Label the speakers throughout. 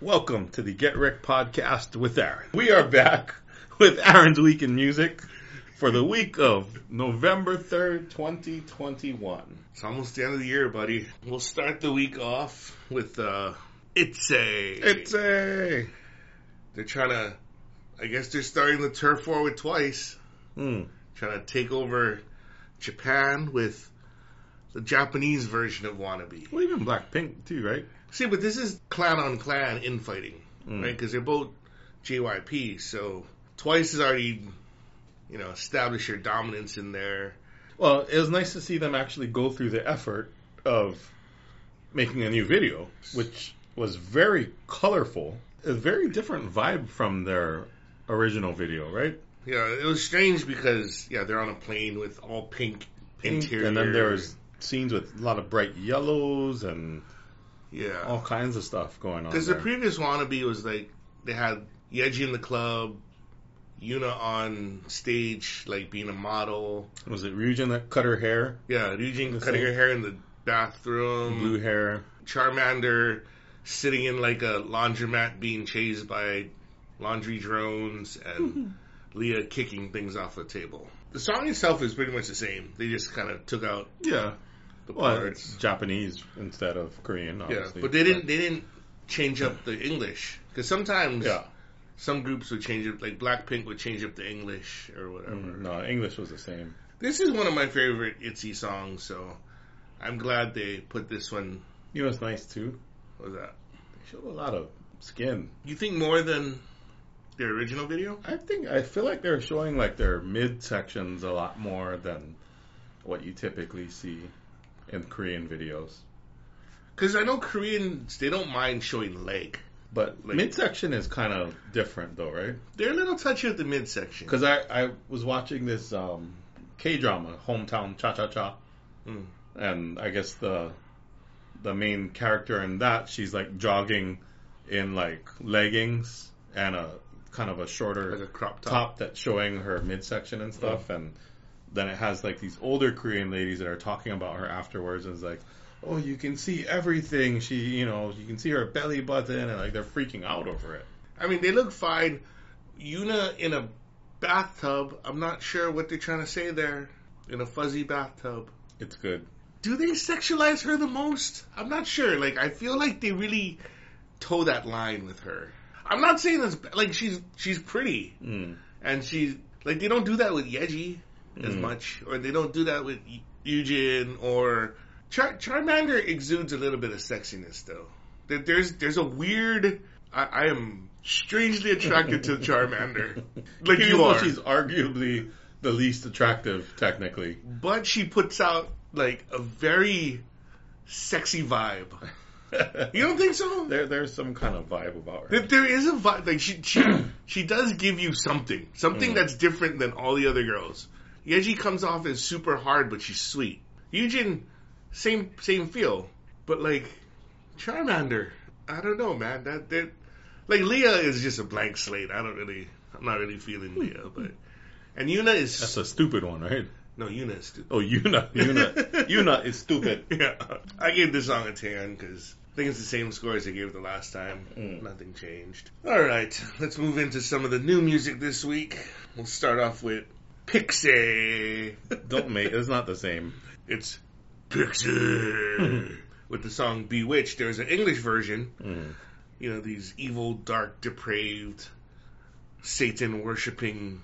Speaker 1: Welcome to the Get Rick podcast with Aaron. We are back with Aaron's Week in Music for the week of November 3rd, 2021. It's almost the end of the year, buddy. We'll start the week off with uh,
Speaker 2: It's a.
Speaker 1: It's a.
Speaker 2: They're trying to. I guess they're starting the turf war with twice.
Speaker 1: Mm.
Speaker 2: Trying to take over Japan with the Japanese version of Wannabe.
Speaker 1: Well, even Blackpink, too, right?
Speaker 2: See, but this is clan on clan infighting,
Speaker 1: Mm.
Speaker 2: right? Because they're both JYP, so twice has already, you know, established their dominance in there.
Speaker 1: Well, it was nice to see them actually go through the effort of making a new video, which was very colorful, a very different vibe from their original video, right?
Speaker 2: You know, it was strange because yeah, they're on a plane with all pink,
Speaker 1: Pink,
Speaker 2: interior,
Speaker 1: and then there was scenes with a lot of bright yellows and
Speaker 2: yeah.
Speaker 1: all kinds of stuff going on.
Speaker 2: Because the
Speaker 1: there.
Speaker 2: previous wannabe was like they had Yeji in the club, Yuna on stage, like being a model.
Speaker 1: was it Ryujin that cut her hair,
Speaker 2: Yeah, Ryujin
Speaker 1: The
Speaker 2: cutting
Speaker 1: same.
Speaker 2: her hair in the bathroom.
Speaker 1: blue hair?
Speaker 2: Charmander sitting in like a laundromat being chased by laundry drones and Leah kicking things off the table. The song itself is pretty much the same. They just kind of took out
Speaker 1: Yeah,
Speaker 2: the
Speaker 1: well, it's
Speaker 2: parts.
Speaker 1: Japanese instead of Korean,
Speaker 2: Yeah,
Speaker 1: obviously.
Speaker 2: but they didn't they didn't change up the English because sometimes
Speaker 1: Yeah,
Speaker 2: some groups would change it, like Blackpink would change up the English or whatever.
Speaker 1: mm, no, English was the same.
Speaker 2: This is one of my favorite ITZY songs, so I'm glad they put this one.
Speaker 1: It was nice too.
Speaker 2: What was that?
Speaker 1: They showed a lot of skin.
Speaker 2: You think more than the original video?
Speaker 1: I think I feel like they're showing like their mid sections a lot more than what you typically see in Korean videos.
Speaker 2: Because I know Koreans they don't mind showing leg.
Speaker 1: But
Speaker 2: Like-
Speaker 1: midsection is kind of different though, right?
Speaker 2: They're a little touchy with the midsection.
Speaker 1: Because I, I was watching this um, K drama, Hometown Cha Cha Cha,
Speaker 2: Mm.
Speaker 1: and I guess the the main character in that she's like jogging in like leggings and a kind of a shorter
Speaker 2: like a crop top.
Speaker 1: top that's showing her midsection and stuff, and then it has like these older Korean ladies that are talking about her afterwards, and it's like, oh, you can see everything. She, you know, you can see her belly button, and like they're freaking out over it.
Speaker 2: I mean, they look fine. Yuna in a bathtub. I'm not sure what they're trying to say there. In a fuzzy bathtub.
Speaker 1: It's good.
Speaker 2: do they sexualize her the most? I'm not sure. Like, I feel like they really toe that line with her. I'm not saying that's ba- like she's she's pretty
Speaker 1: Mm.
Speaker 2: and she's like they don't do that with Yeji as
Speaker 1: Mm.
Speaker 2: much, or they don't do that with Y- Yujin or Char- Charmander exudes a little bit of sexiness though. There- There's there's a weird. I, I am strangely attracted to Charmander, like
Speaker 1: Even
Speaker 2: you
Speaker 1: though
Speaker 2: are.
Speaker 1: She's arguably the least attractive, technically.
Speaker 2: But she puts out like a very sexy vibe. You don't think so?
Speaker 1: There, there's some kind of vibe about her.
Speaker 2: That there is a vibe. Like she, she, she does give you something, something
Speaker 1: Mm.
Speaker 2: that's different than all the other girls. Yeji comes off as super hard, but she's sweet. Yujin, same same feel, but like Charmander, I don't know, man. That that like Leah is just a blank slate. I don't really, I'm not really feeling Leah, but and Yuna is
Speaker 1: That's a stupid one, right?
Speaker 2: no Yuna is stupid.
Speaker 1: Oh, Yuna, Yuna, Yuna is stupid.
Speaker 2: Yeah, I gave this song a tan because I think it's the same score as I gave the last time.
Speaker 1: Mm.
Speaker 2: Nothing changed. All right, let's move into some of the new music this week. We'll start off with Pixie.
Speaker 1: Don't make it's not the same.
Speaker 2: It's
Speaker 1: Hmm.
Speaker 2: Pixie with the song Bewitched. There's an English version.
Speaker 1: Mm.
Speaker 2: You know these evil, dark, depraved, Satan worshipping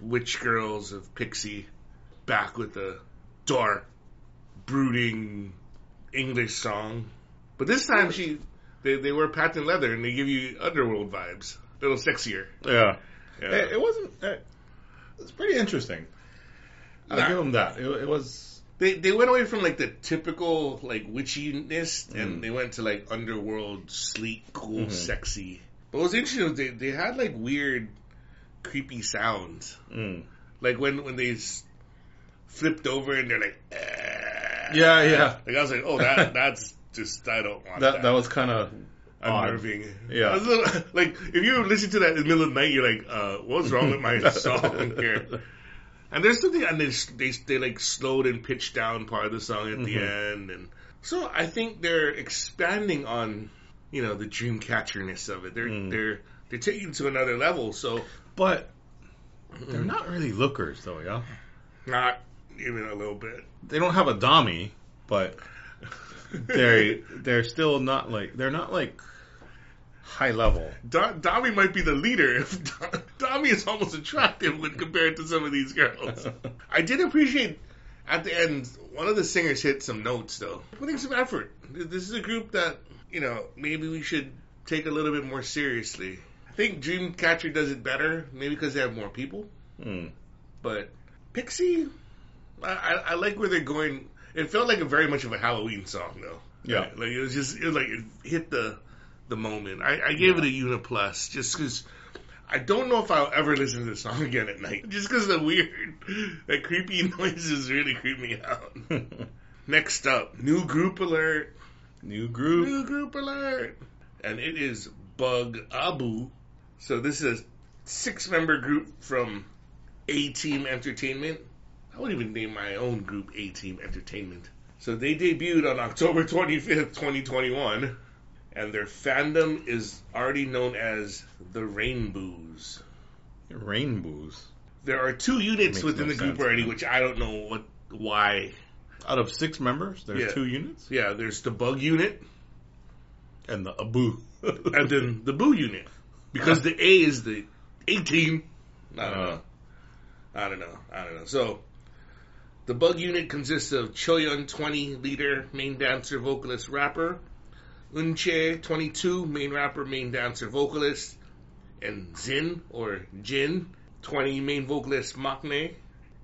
Speaker 2: witch girls of Pixie back with a dark, brooding English song. But this time she they, they wear patent leather and they give you underworld vibes. A little sexier.
Speaker 1: Yeah.
Speaker 2: Yeah.
Speaker 1: It, it wasn't. eh, It, it's pretty interesting. I'll
Speaker 2: Nah.
Speaker 1: give him that. It, it was.
Speaker 2: they they went away from like the typical like witchiness
Speaker 1: Mm.
Speaker 2: and they went to like underworld sleek, cool,
Speaker 1: Mhm.
Speaker 2: sexy. But what was interesting was they, they had like weird creepy sounds.
Speaker 1: Mm.
Speaker 2: Like when when they s- flipped over and they're like "Ah."
Speaker 1: Yeah, yeah.
Speaker 2: Like I was like, Oh that that's just I don't want
Speaker 1: That that was kind of.
Speaker 2: unnerving.
Speaker 1: Yeah.
Speaker 2: I was a little- like if you listen to that in the middle of the night, you're like, uh, "What's wrong with my song here?" And there's something, and they they, they like slowed and pitched down part of the song at the
Speaker 1: Mhm.
Speaker 2: end, and so I think they're expanding on you know the dreamcatcherness of it. They're
Speaker 1: Mm.
Speaker 2: they're they're taking it to another level. So
Speaker 1: But they're not really lookers, though, yeah?
Speaker 2: not even a little bit.
Speaker 1: They don't have a dummy, but they they're still not like they're not like high level.
Speaker 2: Da- Dami might be the leader. If da- Dami is almost attractive when compared to some of these girls. I did appreciate at the end one of the singers hit some notes though, putting some effort. This is a group that you know maybe we should take a little bit more seriously. I think Dreamcatcher does it better, maybe because they have more people.
Speaker 1: Hmm.
Speaker 2: But Pixie, I, I, I like where they're going. It felt like a very much of a Halloween song though.
Speaker 1: Yeah.
Speaker 2: Like it was just it was like it hit the the moment. I, I gave it a uniplus just because I don't know if I'll ever listen to this song again at night. Just because the weird, that creepy noises really creep me out. Next up, new group alert,
Speaker 1: New group.
Speaker 2: new group alert, and it is Bug Abu. So this is a six member group from A Team Entertainment. I would even name my own group A Team Entertainment. So they debuted on October 25th, 2021, and their fandom is already known as the Rainbows.
Speaker 1: Rainbows.
Speaker 2: There are two units
Speaker 1: Makes
Speaker 2: within
Speaker 1: no
Speaker 2: the group
Speaker 1: sense.
Speaker 2: already, which I don't know what why.
Speaker 1: Out of six members, there's
Speaker 2: Yeah.
Speaker 1: two units,
Speaker 2: Yeah, there's the Bug unit
Speaker 1: and the Abu.
Speaker 2: and then the Boo unit because the A is the A team. I don't
Speaker 1: Uh,
Speaker 2: know. I don't know. I don't know. So the Bug unit consists of Choyun 20 leader, main dancer, vocalist, rapper, Unche 22 main rapper, main dancer, vocalist, and Zin or Jin 20 main vocalist Makne.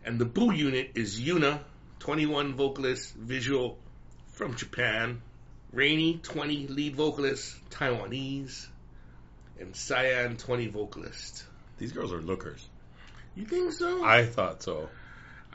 Speaker 2: And the Boo unit is Yuna 21 vocalist, visual from Japan, Rainy 20 lead vocalist, Taiwanese, and Cyan 20 vocalist.
Speaker 1: These girls are lookers.
Speaker 2: You think so?
Speaker 1: I thought so.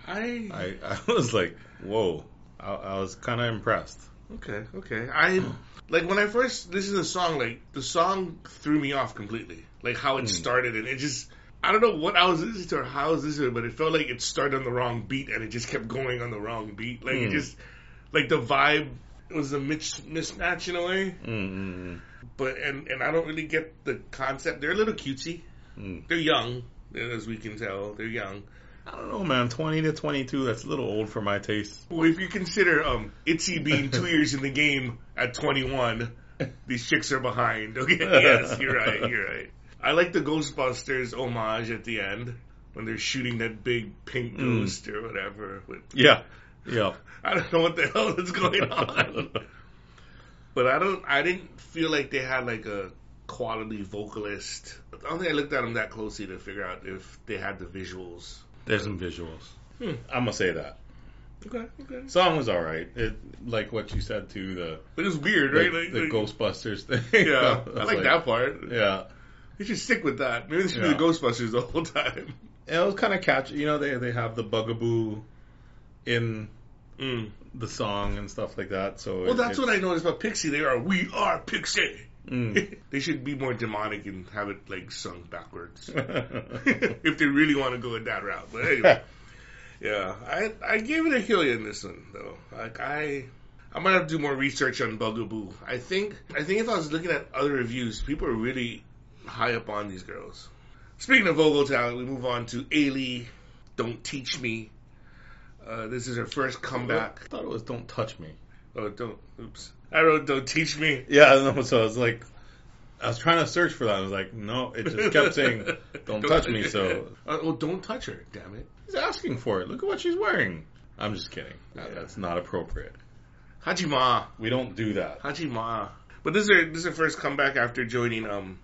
Speaker 2: I,
Speaker 1: I, I was like, whoa. I, I was kind of impressed.
Speaker 2: okay, okay. I like when I first listened to the song, like the song threw me off completely. Like how it
Speaker 1: Mm.
Speaker 2: started and it just I don't know what I was listening to or how I was listening, to it, but it felt like it started on the wrong beat and it just kept going on the wrong beat. Like it
Speaker 1: Mm.
Speaker 2: just like the vibe was a mis- mismatch in a way.
Speaker 1: Mm, mm,
Speaker 2: But and and I don't really get the concept. They're a little cutesy.
Speaker 1: mm.
Speaker 2: They're young, as we can tell. They're young.
Speaker 1: I don't know, man. 20 to 22, that's a little old for my taste.
Speaker 2: Well, if you consider um, Itzy being two years in the game at 21, these chicks are behind. Okay, yes, you're right, you're right. I like the Ghostbusters homage at the end when they're shooting that big pink
Speaker 1: Mm.
Speaker 2: ghost or whatever. With,
Speaker 1: Yeah. Yeah.
Speaker 2: I don't know what the hell is going on, but I don't. I didn't feel like they had like a quality vocalist. I don't think I looked at them that closely to figure out if they had the visuals.
Speaker 1: There's some visuals.
Speaker 2: Hmm.
Speaker 1: I'm going to say that.
Speaker 2: Okay, okay.
Speaker 1: Song was all right. It Like what you said to the,
Speaker 2: But it's weird,
Speaker 1: the,
Speaker 2: right? Like,
Speaker 1: the
Speaker 2: like-
Speaker 1: Ghostbusters thing.
Speaker 2: Yeah, I
Speaker 1: was
Speaker 2: like, that part.
Speaker 1: Yeah.
Speaker 2: They should stick with that. Maybe they should
Speaker 1: Yeah.
Speaker 2: be the Ghostbusters the whole time.
Speaker 1: It was kind of catchy. You know, they, they have the bugaboo in
Speaker 2: Mm.
Speaker 1: the song and stuff like that. So
Speaker 2: Well, that's what I noticed about Pixie. They are we are Pixie.
Speaker 1: hmm.
Speaker 2: they should be more demonic and have it like sung backwards if they really want to go in that route. But anyway, yeah, I I gave it a Hilly in this one though. Like I. I might have to do more research on Bugaboo. I think I think if I was looking at other reviews, people are really high up on these girls. Speaking of vocal talent, we move on to Ailey. Don't teach me. Uh, this is her first comeback.
Speaker 1: I thought it was "Don't Touch Me."
Speaker 2: Oh, don't. Oops. I wrote, don't teach me.
Speaker 1: Yeah, I know. So I was like, I was trying to search for that. I was like, no, it just kept saying, "Don't touch me." So
Speaker 2: Uh, oh, don't touch her, damn it.
Speaker 1: he's asking for it. Look at what she's wearing. I'm just kidding. No,
Speaker 2: Yeah.
Speaker 1: That's not appropriate.
Speaker 2: Hajima.
Speaker 1: We don't do that.
Speaker 2: Hajima. But this is her, this is her first comeback after joining um,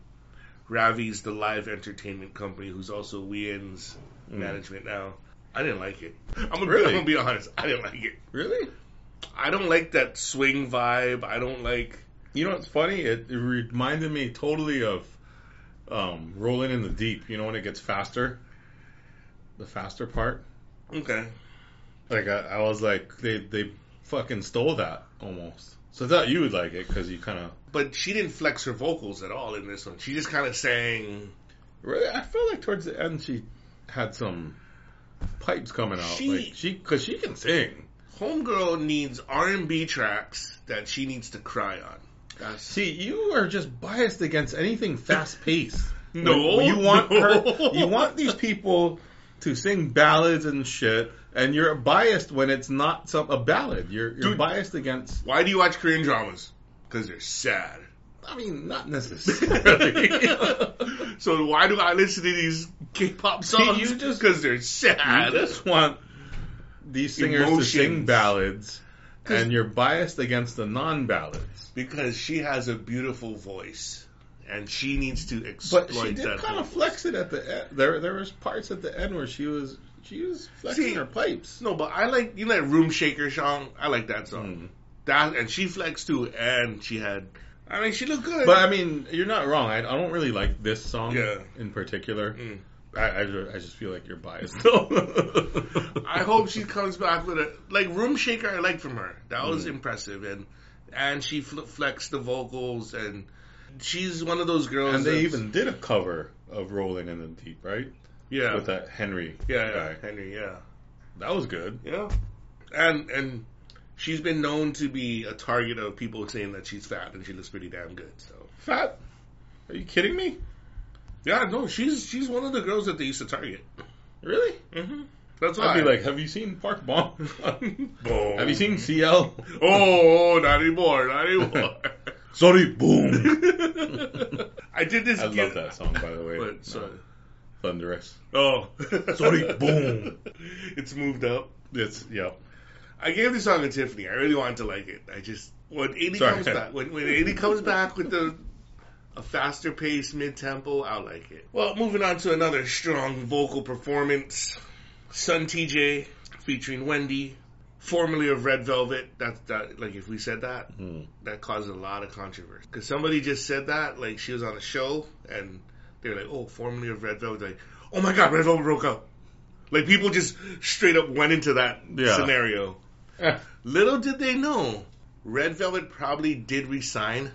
Speaker 2: Ravi's, the live entertainment company, who's also Wien's
Speaker 1: Hmm.
Speaker 2: management now. I didn't like it. I'm gonna, be-
Speaker 1: Mm. Really?
Speaker 2: I'm gonna be honest. I didn't like it.
Speaker 1: Really?
Speaker 2: I don't like that swing vibe. I don't like.
Speaker 1: You know what's funny? It, it reminded me totally of um, "Rolling in the Deep." You know when it gets faster, the faster part.
Speaker 2: Okay.
Speaker 1: Like I, I was like, they they fucking stole that almost. So I thought you would like it because you kind of.
Speaker 2: But she didn't flex her vocals at all in this one. She just kind of sang.
Speaker 1: Really, I feel like towards the end she had some pipes coming out.
Speaker 2: She-
Speaker 1: like she because she can sing.
Speaker 2: Homegirl needs R and B tracks that she needs to cry on. discuss.
Speaker 1: See, you are just biased against anything fast paced.
Speaker 2: No,
Speaker 1: you want
Speaker 2: no.
Speaker 1: her- you want these people to sing ballads and shit, and you're biased when it's not some a ballad. You're you're
Speaker 2: Dude.
Speaker 1: biased against.
Speaker 2: Why do you watch Korean dramas? Because they're sad.
Speaker 1: I mean, not necessarily.
Speaker 2: so why do I listen to these K-pop songs?
Speaker 1: you just-
Speaker 2: because they're
Speaker 1: I
Speaker 2: sad.
Speaker 1: just want these singers to sing
Speaker 2: Emotions.
Speaker 1: ballads, and you're biased against the non-ballads.
Speaker 2: Because she has a beautiful voice, and she needs to exploit
Speaker 1: But she did
Speaker 2: that.
Speaker 1: kind of
Speaker 2: voice.
Speaker 1: flex it at the end. There, there was parts at the end where she was she was flexing
Speaker 2: See,
Speaker 1: her pipes.
Speaker 2: No, but I like you know that Room Shaker song. I like that song.
Speaker 1: Mm.
Speaker 2: That and she flexed too, and she had. I mean, she looked good.
Speaker 1: But I mean, you're not wrong. I, I don't really like this song
Speaker 2: Yeah.
Speaker 1: in particular.
Speaker 2: Mm.
Speaker 1: I, I, ju- I just feel like you're biased. though.
Speaker 2: I hope she comes back with a like Room Shaker. I like from her. That was
Speaker 1: Mm.
Speaker 2: impressive, and and she fl- flexed the vocals, and she's one of those girls.
Speaker 1: And they
Speaker 2: that's-
Speaker 1: even did a cover of "Rolling in the Deep," right?
Speaker 2: yeah
Speaker 1: With that Henry
Speaker 2: yeah, yeah
Speaker 1: guy.
Speaker 2: Henry yeah
Speaker 1: That was good.
Speaker 2: yeah, and and she's been known to be a target of people saying that she's fat and she looks pretty damn good. So
Speaker 1: Fat? Are you kidding me?
Speaker 2: yeah, no, she's she's one of the girls that they used to target.
Speaker 1: Really?
Speaker 2: Mm-hmm. That's why
Speaker 1: I'd be like, have you seen Park Bomb?
Speaker 2: Boom.
Speaker 1: have you seen CL?
Speaker 2: Oh, not anymore, not anymore.
Speaker 1: Sorry, boom.
Speaker 2: I did this.
Speaker 1: I love
Speaker 2: gig-
Speaker 1: that song, by the way.
Speaker 2: But,
Speaker 1: No,
Speaker 2: so-
Speaker 1: Thunderous.
Speaker 2: Oh,
Speaker 1: Sorry, boom.
Speaker 2: It's moved up.
Speaker 1: It's yeah.
Speaker 2: I gave this song to Tiffany. I really wanted to like it. I just when eighty
Speaker 1: Sorry.
Speaker 2: comes back, when when eighty comes back with the a faster pace, mid tempo, I'll like it. Well, moving on to another strong vocal performance, Sun TJ featuring Wendy, formerly of Red Velvet. That's that. Like if we said that,
Speaker 1: Hmm.
Speaker 2: that caused a lot of controversy because somebody just said that like she was on a show and they were like oh formerly of red velvet like oh my god red velvet broke up like people just straight up went into that
Speaker 1: Yeah.
Speaker 2: scenario
Speaker 1: Eh.
Speaker 2: little did they know red velvet probably did resign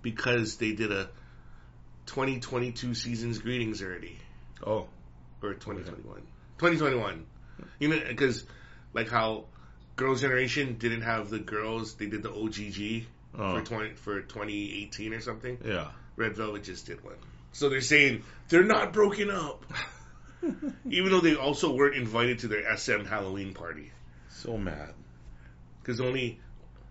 Speaker 2: because they did a 2022 season's greetings already
Speaker 1: Oh,
Speaker 2: or 2021 2021 you know because like how girls generation didn't have the girls they did the ogg
Speaker 1: oh,
Speaker 2: for twenty for twenty eighteen or something.
Speaker 1: yeah.
Speaker 2: Red Velvet just did one. So they're saying they're not broken up. Even though they also weren't invited to their SM Halloween party.
Speaker 1: So mad.
Speaker 2: Because only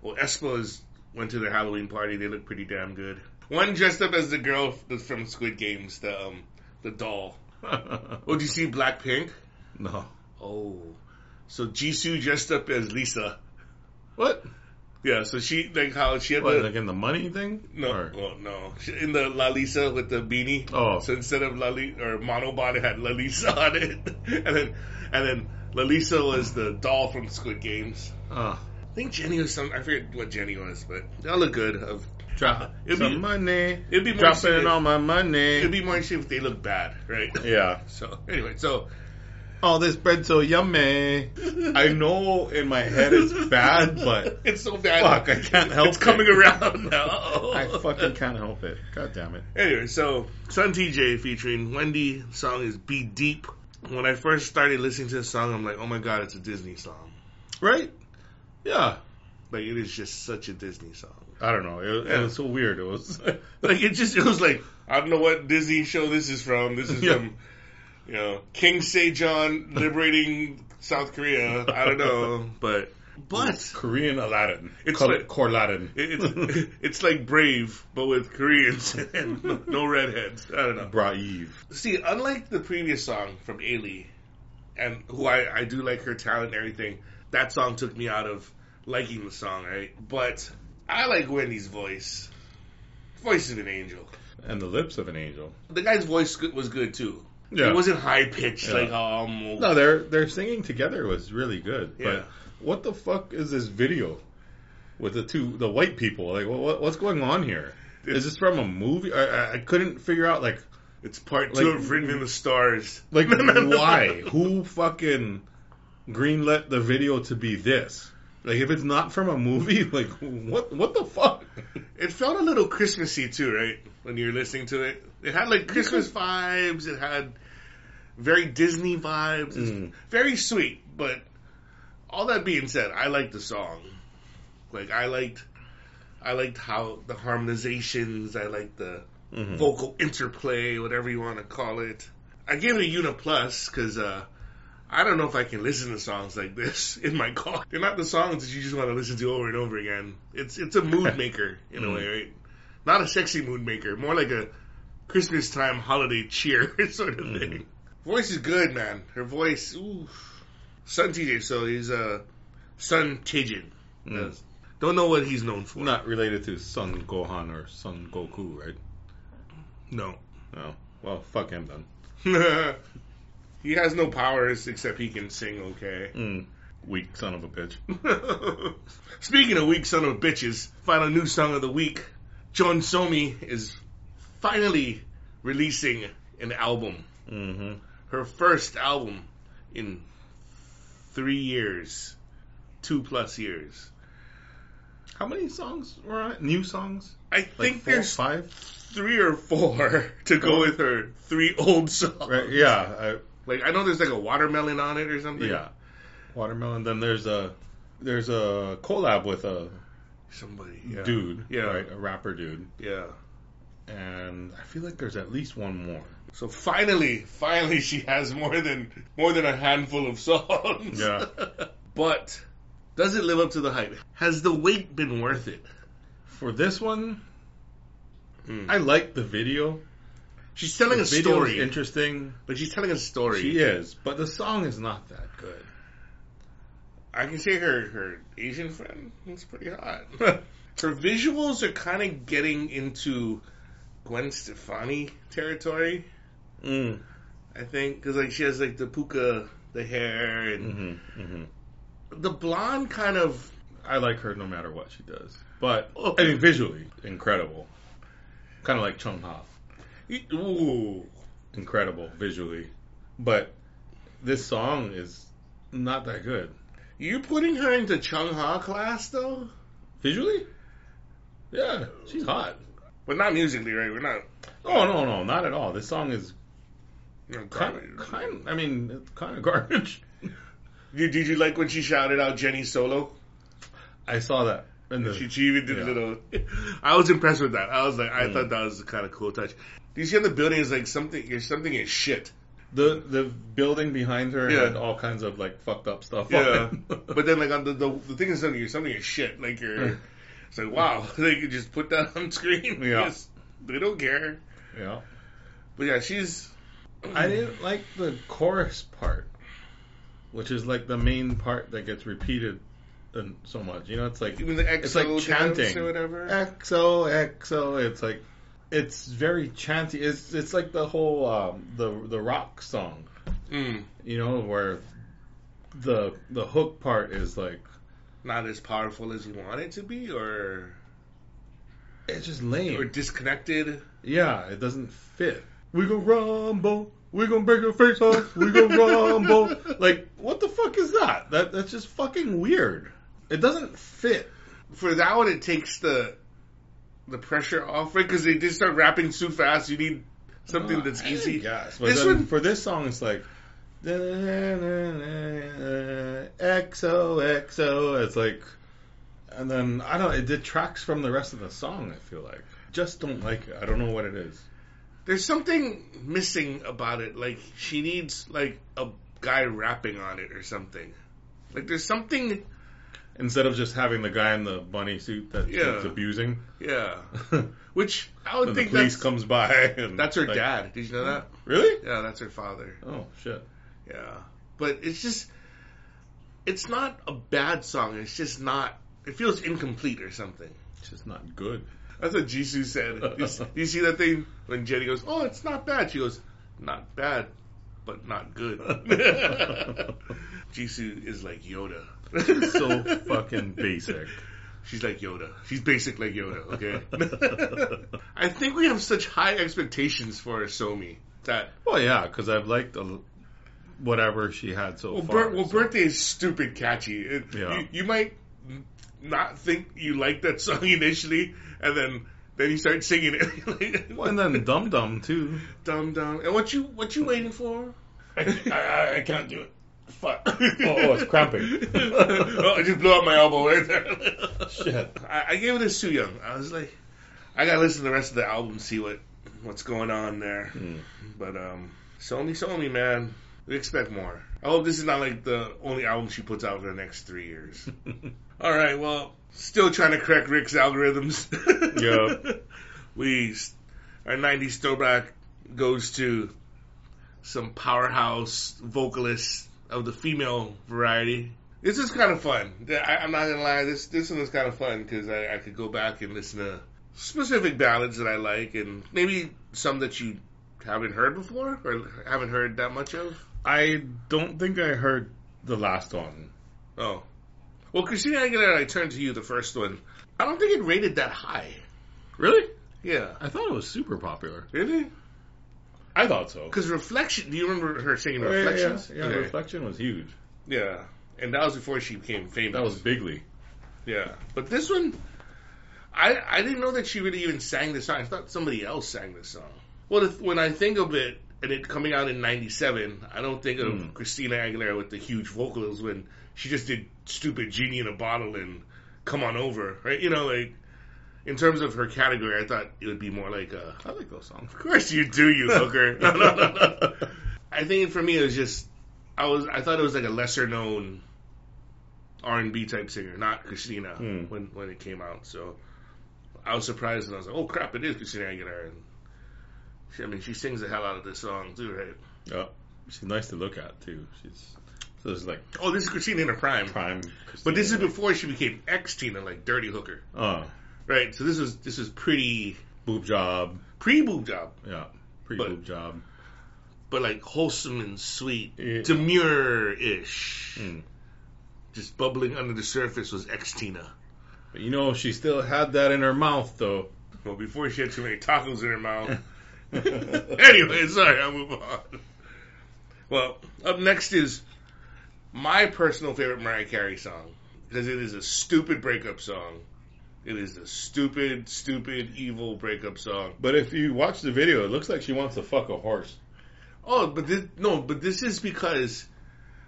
Speaker 2: well Espas went to their Halloween party, they looked pretty damn good. One dressed up as the girl f- from Squid Games, the um the doll. Oh, did you see Blackpink?
Speaker 1: no.
Speaker 2: Oh. So Jisoo dressed up as Lisa.
Speaker 1: What?
Speaker 2: Yeah, so she like how she had
Speaker 1: What?
Speaker 2: the
Speaker 1: Like in the money thing?
Speaker 2: No,
Speaker 1: Or-
Speaker 2: well, no. She- In the La Lisa with the beanie.
Speaker 1: Oh.
Speaker 2: So instead of La Li- or Monobot, it had La Lisa on it, and then and then La Lisa was the doll from Squid Games.
Speaker 1: Ah.
Speaker 2: I think Jenny was some. I forget what Jenny was, but that looked good. Of
Speaker 1: Drop
Speaker 2: It'd
Speaker 1: some
Speaker 2: be-
Speaker 1: money.
Speaker 2: it'd be more serious.
Speaker 1: dropping all my money.
Speaker 2: it'd be more interesting if they looked bad, right?
Speaker 1: yeah.
Speaker 2: So anyway, so
Speaker 1: Oh, this bread so yummy. I know in my head it's bad, but
Speaker 2: it's so bad.
Speaker 1: Fuck, I can't help
Speaker 2: It's coming
Speaker 1: it.
Speaker 2: around now. Uh-oh.
Speaker 1: I fucking can't help it. God damn it.
Speaker 2: Anyway, so Son TJ featuring Wendy song is "Be Deep." When I first started listening to this song, I'm like, oh my god, it's a Disney song.
Speaker 1: Right? Yeah.
Speaker 2: Like it is just such a Disney song.
Speaker 1: I don't know. It, it was so weird. It was
Speaker 2: Like it just it was like I don't know what Disney show this is from. This is
Speaker 1: Yeah.
Speaker 2: from you know King Sejong liberating South Korea. I don't know, but but
Speaker 1: Korean Aladdin.
Speaker 2: It's
Speaker 1: Call
Speaker 2: like-
Speaker 1: it Corladdin.
Speaker 2: it, it's it's like Brave but with Koreans and no redheads. I don't know.
Speaker 1: Bra Eve.
Speaker 2: See, unlike the previous song from Ailey, and who I, I do like her talent and everything, that song took me out of liking the song, right? But I like Wendy's voice. Voice of an angel.
Speaker 1: And the lips of an angel.
Speaker 2: The guy's voice go- was good too.
Speaker 1: Yeah.
Speaker 2: It wasn't high pitched
Speaker 1: Yeah.
Speaker 2: like um,
Speaker 1: no, their their singing together was really good.
Speaker 2: Yeah.
Speaker 1: But what the fuck is this video with the two the white people? Like, what, what's going on here? Is this from a movie? I, I- I couldn't figure out like
Speaker 2: it's part two
Speaker 1: like-
Speaker 2: of Written in the Stars.
Speaker 1: like why who fucking greenlit the video to be this? Like, if it's not from a movie, like what what the fuck?
Speaker 2: It felt a little Christmassy too, right? When you were listening to it, it had like Christmas vibes. It had very Disney vibes. It's
Speaker 1: Mm.
Speaker 2: very sweet. But all that being said, I liked the song. Like I liked, I liked how the harmonizations. I liked the
Speaker 1: Mhm.
Speaker 2: vocal interplay, whatever you want to call it. I gave it a unit plus because uh, I don't know if I can listen to songs like this in my car. They're not the songs that you just want to listen to over and over again. It's it's a mood maker in a way, right? Not a sexy mood maker, more like a Christmas time holiday cheer sort
Speaker 1: Hmm.
Speaker 2: of
Speaker 1: Mm-hmm.
Speaker 2: thing. Voice is good, man. Her voice, ooh. Son TJ, so he's uh, Son Tijin.
Speaker 1: Mm.
Speaker 2: Yes. Don't know what he's known for.
Speaker 1: Not related to Son Gohan or Son Goku, right?
Speaker 2: No.
Speaker 1: No. Well, fuck him then.
Speaker 2: he has no powers except he can sing okay.
Speaker 1: Mm. Weak son of a bitch.
Speaker 2: Speaking of weak son of bitches, final new song of the week. John Somi is finally releasing an album.
Speaker 1: Mm-hmm.
Speaker 2: Her first album in three years. Two plus years.
Speaker 1: How many songs were on it? New songs?
Speaker 2: I
Speaker 1: Like
Speaker 2: think
Speaker 1: four,
Speaker 2: there's
Speaker 1: five?
Speaker 2: three or four to go with her three old songs.
Speaker 1: Right, yeah,
Speaker 2: Like I know there's like a watermelon on it or
Speaker 1: I,
Speaker 2: something.
Speaker 1: yeah. Watermelon. Then there's a there's a collab with a
Speaker 2: Somebody. Yeah.
Speaker 1: dude,
Speaker 2: Yeah.
Speaker 1: right? A rapper dude,
Speaker 2: Yeah.
Speaker 1: and I feel like there's at least one more.
Speaker 2: So finally, finally, she has more than more than a handful of songs.
Speaker 1: Yeah.
Speaker 2: but does it live up to the hype? Has the wait been worth it?
Speaker 1: For this one,
Speaker 2: I-
Speaker 1: I like the video.
Speaker 2: she's telling
Speaker 1: the
Speaker 2: a
Speaker 1: video
Speaker 2: story,
Speaker 1: is interesting.
Speaker 2: but she's telling a story.
Speaker 1: She is, but the song is not that good.
Speaker 2: I can say her her Asian friend is pretty hot. her visuals are kind of getting into Gwen Stefani territory,
Speaker 1: Mm.
Speaker 2: I think, because like she has like the puka, the hair, and
Speaker 1: Mm-hmm. Mm-hmm.
Speaker 2: the blonde kind of
Speaker 1: I like her no matter what she does, but I mean visually incredible. Kind of like Chung Ha.
Speaker 2: ooh.
Speaker 1: incredible visually, but this song is not that good
Speaker 2: You putting her into Chung Ha class though?
Speaker 1: visually. Yeah, she's hot.
Speaker 2: But not musically, right? We're not
Speaker 1: Oh no, no, not at all. This song is
Speaker 2: you know,
Speaker 1: kind,
Speaker 2: garbage.
Speaker 1: kind. I mean, it's kind of garbage.
Speaker 2: Did, did you like when she shouted out Jenny Solo?
Speaker 1: I saw that. And the,
Speaker 2: She, she even did
Speaker 1: Yeah.
Speaker 2: a little. I was impressed with that. I was like, I
Speaker 1: Mm.
Speaker 2: thought that was a kind of cool touch. Do you see on the building is like something? Is something is shit.
Speaker 1: the the building behind her
Speaker 2: Yeah.
Speaker 1: had all kinds of like fucked up stuff.
Speaker 2: Yeah.
Speaker 1: on it.
Speaker 2: But then like on the the, the thing is something is something is shit. Like you're, it's like wow, they could just put that on screen.
Speaker 1: Yeah.
Speaker 2: Yes, they don't care.
Speaker 1: yeah,
Speaker 2: But yeah, she's.
Speaker 1: I didn't like the chorus part, which is like the main part that gets repeated and so much. You know, it's like
Speaker 2: Even the EXO
Speaker 1: It's like
Speaker 2: dance
Speaker 1: chanting.
Speaker 2: or whatever.
Speaker 1: XO XO. It's like it's very chanty. It's it's like the whole um, the the rock song,
Speaker 2: Mm,
Speaker 1: you know, where the the hook part is like
Speaker 2: not as powerful as you want it to be, or
Speaker 1: it's just
Speaker 2: or
Speaker 1: lame.
Speaker 2: disconnected.
Speaker 1: Yeah, it doesn't fit. We gon' rumble. We gon' break your face off. We gon' rumble. Like what the fuck is that? That that's just fucking weird. It doesn't fit.
Speaker 2: For that one, it takes the the pressure off, right? Because they did start rapping too fast. You need
Speaker 1: Oh,
Speaker 2: something that's easy.
Speaker 1: Yes, Uh, but
Speaker 2: This
Speaker 1: then
Speaker 2: one-
Speaker 1: for this song, it's like XO XO. It's like, and then I don't. It detracts from the rest of the song. I feel like just don't like it. I don't know what it is.
Speaker 2: There's something missing about it. Like she needs like a guy rapping on it or something. Like there's something.
Speaker 1: Instead of just having the guy in the bunny suit that
Speaker 2: Yeah.
Speaker 1: she's abusing,
Speaker 2: Yeah,
Speaker 1: and
Speaker 2: which I
Speaker 1: the
Speaker 2: would think
Speaker 1: police
Speaker 2: that's
Speaker 1: comes by. And
Speaker 2: that's her
Speaker 1: like,
Speaker 2: dad. Did you know that?
Speaker 1: Really?
Speaker 2: Yeah, that's her father.
Speaker 1: Oh shit.
Speaker 2: Yeah, but it's just it's not a bad song. It's just not. It feels incomplete or something.
Speaker 1: It's just not good.
Speaker 2: That's what Jisoo said. You s- you see that thing when Jenny goes, "Oh, it's not bad." She goes, "Not bad, but not good." Jisoo is like Yoda.
Speaker 1: so fucking basic.
Speaker 2: She's like Yoda. She's basic like Yoda. Okay. I think we have such high expectations for Somi that
Speaker 1: Well, yeah, because I've liked a, l- whatever she had so
Speaker 2: well,
Speaker 1: far.
Speaker 2: bir- well
Speaker 1: so-
Speaker 2: birthday is stupid catchy. It-
Speaker 1: Yeah.
Speaker 2: you, you might not think you like that song initially, and then then you start singing it.
Speaker 1: Well, and then Dum Dum too.
Speaker 2: Dum dum. And what you what you waiting for?
Speaker 1: I- I- I can't do it.
Speaker 2: Fuck.
Speaker 1: oh, it's cramping.
Speaker 2: oh, I just blew out my elbow right there.
Speaker 1: Shit.
Speaker 2: I, I gave it a Su Young. I was like, I gotta listen to the rest of the album, see what what's going on there.
Speaker 1: Hmm.
Speaker 2: But um, Sony, Sony, man, we expect more. I hope this is not like the only album she puts out for the next three years.
Speaker 1: Hmm.
Speaker 2: All right, well, still trying to correct Rick's algorithms.
Speaker 1: Yeah.
Speaker 2: we s- our '90s throwback goes to some powerhouse vocalists of the female variety. This is kind of fun. Th- I, I'm not gonna lie, this this one is kind of fun because I, I could go back and listen to specific ballads that I like and maybe some that you haven't heard before or haven't heard that much of.
Speaker 1: I don't think I heard the last one.
Speaker 2: Oh. Well, Christina Aguilera, I turned to you the first one. I don't think it rated that high.
Speaker 1: Really?
Speaker 2: Yeah.
Speaker 1: I thought it was super popular.
Speaker 2: Really?
Speaker 1: I thought so.
Speaker 2: Because Reflection, do you remember her singing
Speaker 1: Yeah, yeah, yeah,
Speaker 2: Reflections?
Speaker 1: yeah,
Speaker 2: Okay.
Speaker 1: Reflection was huge.
Speaker 2: Yeah. And that was before she became famous.
Speaker 1: That was bigly.
Speaker 2: Yeah. But this one, I I didn't know that she really even sang this song. I thought somebody else sang this song. Well, if, when I think of it and it coming out in '97, I don't think of
Speaker 1: Hmm.
Speaker 2: Christina Aguilera with the huge vocals when she just did "Stupid Genie in a Bottle" and "Come On Over," right? You know, like in terms of her category, I thought it would be more like a.
Speaker 1: I like those songs.
Speaker 2: Of course you do, you hooker. No, no, no, no. I think for me it was just I was I thought it was like a lesser known R and B type singer, not Christina
Speaker 1: Hmm.
Speaker 2: when when it came out. So I was surprised and I was like, oh crap, it is Christina Aguilera. And she, I mean, she sings the hell out of this song too, right?
Speaker 1: Yeah. She's nice to look at too. She's so it's like
Speaker 2: Oh, this is Christina in her prime,
Speaker 1: prime.
Speaker 2: but this is
Speaker 1: Christina.
Speaker 2: before she became ex Tina, like Dirty Hooker,
Speaker 1: uh,
Speaker 2: right? So this was this was pretty
Speaker 1: boob job.
Speaker 2: pre boob job,
Speaker 1: Yeah, pre
Speaker 2: But-
Speaker 1: boob job.
Speaker 2: but like wholesome and sweet,
Speaker 1: Yeah.
Speaker 2: demure ish.
Speaker 1: Hmm.
Speaker 2: just bubbling under the surface was ex Tina.
Speaker 1: But you know, she still had that in her mouth though.
Speaker 2: Well, before she had too many tacos in her mouth. anyway, sorry, I'll move on. Well, up next is my personal favorite Mariah Carey song because it is a stupid breakup song. It is a stupid, stupid, evil breakup song.
Speaker 1: But if you watch the video, it looks like she wants to fuck a horse.
Speaker 2: Oh, but this, no, but this is because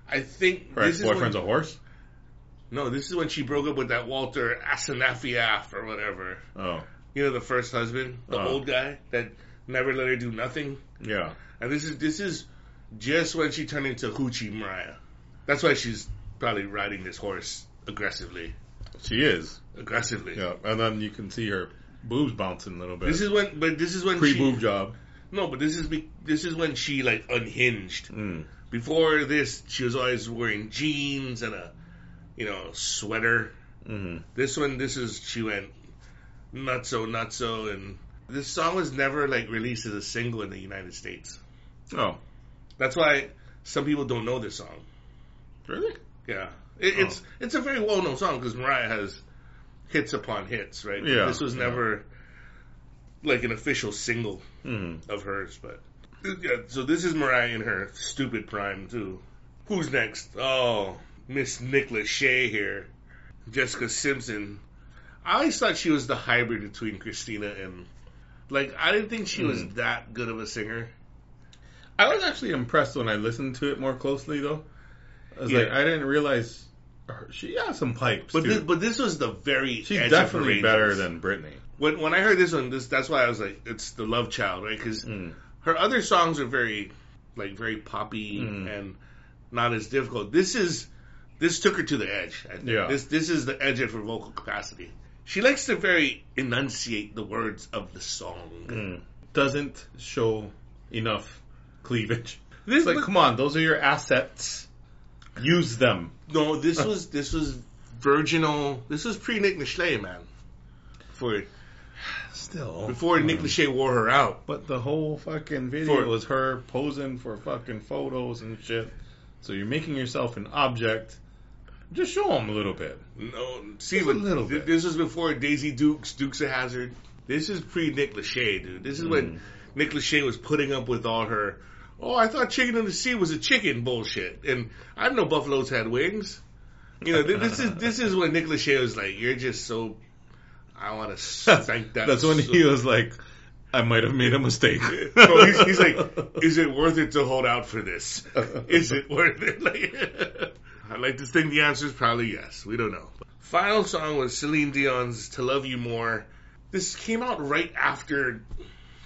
Speaker 2: I think
Speaker 1: Her
Speaker 2: this
Speaker 1: ex
Speaker 2: is when,
Speaker 1: boyfriend's a horse.
Speaker 2: no, this is when she broke up with that Walter Asanafiaf or whatever.
Speaker 1: Oh,
Speaker 2: You know, the first husband, the
Speaker 1: Uh-huh.
Speaker 2: old guy that never let her do nothing.
Speaker 1: yeah.
Speaker 2: And this is this is just when she turned into Hoochie Mariah. That's why she's probably riding this horse aggressively,
Speaker 1: She is.
Speaker 2: aggressively.
Speaker 1: Yeah, and then you can see her boobs bouncing a little bit.
Speaker 2: This is when, but this is when
Speaker 1: pre
Speaker 2: she-
Speaker 1: boob job.
Speaker 2: No, but this is be, this is when she like unhinged.
Speaker 1: Mm.
Speaker 2: Before this, she was always wearing jeans and a you know sweater.
Speaker 1: hmm
Speaker 2: This one, this is she went nutso nutso, and this song was never like released as a single in the United States.
Speaker 1: Oh,
Speaker 2: That's why some people don't know this song.
Speaker 1: really?
Speaker 2: Yeah,
Speaker 1: Oh.
Speaker 2: it, it's it's a very well known song because Mariah has hits upon hits, right? But
Speaker 1: Yeah,
Speaker 2: this was
Speaker 1: yeah.
Speaker 2: never like an official single
Speaker 1: Mm.
Speaker 2: of hers, but yeah. So this is Mariah in her stupid prime too. Who's next? Oh, Miss Nick Lachey here, Jessica Simpson. I always thought she was the hybrid between Christina and like I didn't think she was
Speaker 1: Mm.
Speaker 2: that good of a singer.
Speaker 1: I was actually impressed when I listened to it more closely, though. I was
Speaker 2: Yeah.
Speaker 1: like, I didn't realize her, she had some pipes.
Speaker 2: But
Speaker 1: too.
Speaker 2: this, but this was the very edge
Speaker 1: she's
Speaker 2: of her
Speaker 1: definitely
Speaker 2: ranges.
Speaker 1: better than Britney.
Speaker 2: when when I heard this one, this that's why I was like, it's the love child, right? Because
Speaker 1: Mm.
Speaker 2: her other songs are very, like, very poppy
Speaker 1: Mm.
Speaker 2: and not as difficult. This is this took her to the edge. I think.
Speaker 1: Yeah.
Speaker 2: This this is the edge of her vocal capacity. She likes to very enunciate the words of the song.
Speaker 1: Mm. Doesn't show enough cleavage.
Speaker 2: This
Speaker 1: It's like, come on, those are your assets. Use them.
Speaker 2: no, this was this was virginal. This was pre Nick Lachey, man. Before
Speaker 1: Still.
Speaker 2: before Nick Lachey wore her out.
Speaker 1: But the whole fucking video
Speaker 2: For-
Speaker 1: was her posing for fucking photos and shit. So you're making yourself an object. Just show them a little bit.
Speaker 2: No, see,
Speaker 1: Just a
Speaker 2: but
Speaker 1: little
Speaker 2: th-
Speaker 1: bit.
Speaker 2: this was before Daisy Dukes, Dukes of Hazard. This is pre Nick Lachey, dude. This
Speaker 1: Mm.
Speaker 2: is when Nick Lachey was putting up with all her. Oh, I thought chicken in the sea was a chicken bullshit, and I didn't know buffaloes had wings. You know, th- this is this is when Nick Lachey was like, "You're just so." I want to spank that.
Speaker 1: That's when
Speaker 2: so-
Speaker 1: he was like, I might have made a mistake.
Speaker 2: So he's, he's like, "Is it worth it to hold out for this? Is it worth it?" Like, I'd like to think the answer is probably yes. We don't know. Final song was Celine Dion's To Love You More. This came out right after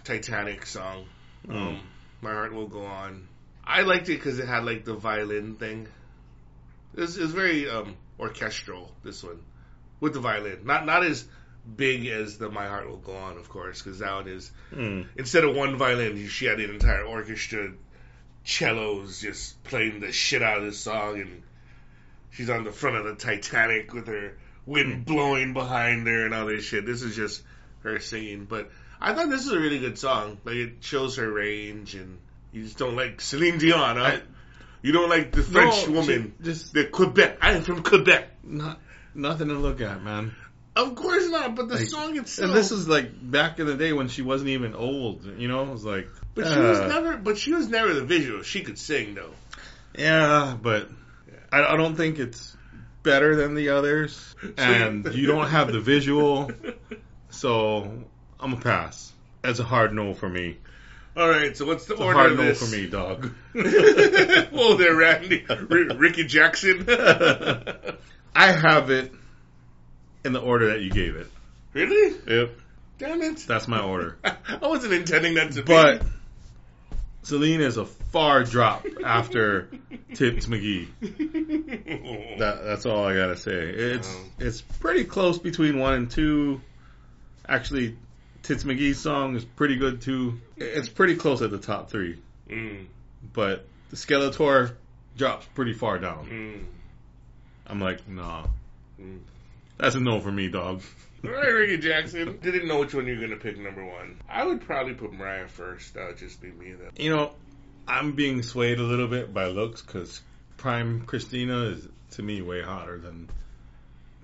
Speaker 2: Titanic song.
Speaker 1: Mm.
Speaker 2: Um, My Heart Will Go On. I liked it because it had like the violin thing. It was, it was very um, orchestral, this one, with the violin. Not not as big as the My Heart Will Go On, of course, because that one is
Speaker 1: Mm.
Speaker 2: instead of one violin, she had an entire orchestra, cellos just playing the shit out of this song, and she's on the front of the Titanic with her
Speaker 1: Hmm.
Speaker 2: wind blowing behind her and all this shit. This is just her singing, but I thought this is a really good song. Like it shows her range, and you just don't like Celine Dion, huh?
Speaker 1: I-
Speaker 2: you don't like the French
Speaker 1: No,
Speaker 2: woman,
Speaker 1: she- just
Speaker 2: the Quebec. I am from Quebec.
Speaker 1: not nothing to look at, man.
Speaker 2: Of course not, but the
Speaker 1: Like,
Speaker 2: song itself.
Speaker 1: And this is like back in the day when she wasn't even old. You know, it was like,
Speaker 2: but she was
Speaker 1: uh,
Speaker 2: never. But she was never the visual. She could sing though.
Speaker 1: yeah, but I, I don't think it's better than the others, and you don't have the visual, so I'm a pass. That's a hard no for me.
Speaker 2: All right, so what's the
Speaker 1: It's a
Speaker 2: order
Speaker 1: hard
Speaker 2: of
Speaker 1: no
Speaker 2: this?
Speaker 1: for me, dog.
Speaker 2: Whoa there, Randy, R- Ricky Jackson.
Speaker 1: I have it in the order that you gave it.
Speaker 2: really?
Speaker 1: Yep,
Speaker 2: Damn it!
Speaker 1: that's my order.
Speaker 2: I wasn't intending that to
Speaker 1: But Celine is a far drop after Tips McGee.
Speaker 2: be. But
Speaker 1: That, that's all I gotta say. It's
Speaker 2: Um.
Speaker 1: it's pretty close between one and two. Actually, Tits McGee's song is pretty good too. It's pretty close at the top three,
Speaker 2: mm,
Speaker 1: but the Skeletor drops pretty far down.
Speaker 2: mm.
Speaker 1: I'm like, nah,
Speaker 2: Mm.
Speaker 1: that's a no for me, dog.
Speaker 2: All right, Ricky Jackson. Didn't know which one you were gonna pick number one. I would probably put Mariah first. That would just be me. Though.
Speaker 1: You know, I'm being swayed a little bit by looks because Prime Christina is to me way hotter than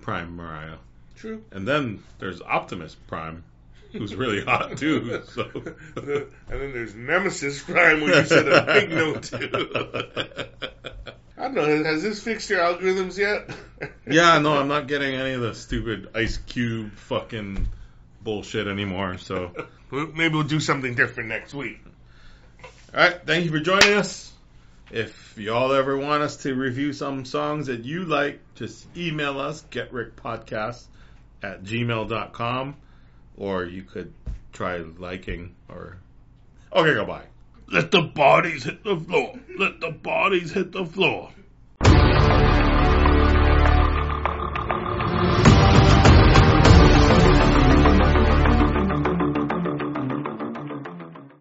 Speaker 1: Prime Mariah.
Speaker 2: True.
Speaker 1: And then there's Optimus Prime, who's really hot too. So.
Speaker 2: and then there's Nemesis Prime, when you said a big no to. I don't know. Has this fixed your algorithms yet?
Speaker 1: yeah, no, I'm not getting any of the stupid Ice Cube fucking bullshit anymore. So, all
Speaker 2: Well, Maybe we'll do something different next week.
Speaker 1: right, thank you for joining us. If y'all ever want us to review some songs that you like, just email us getrickpodcast at gmail.com or you could try liking or okay, go bye.
Speaker 2: Let the bodies hit the floor. Let the bodies hit the floor.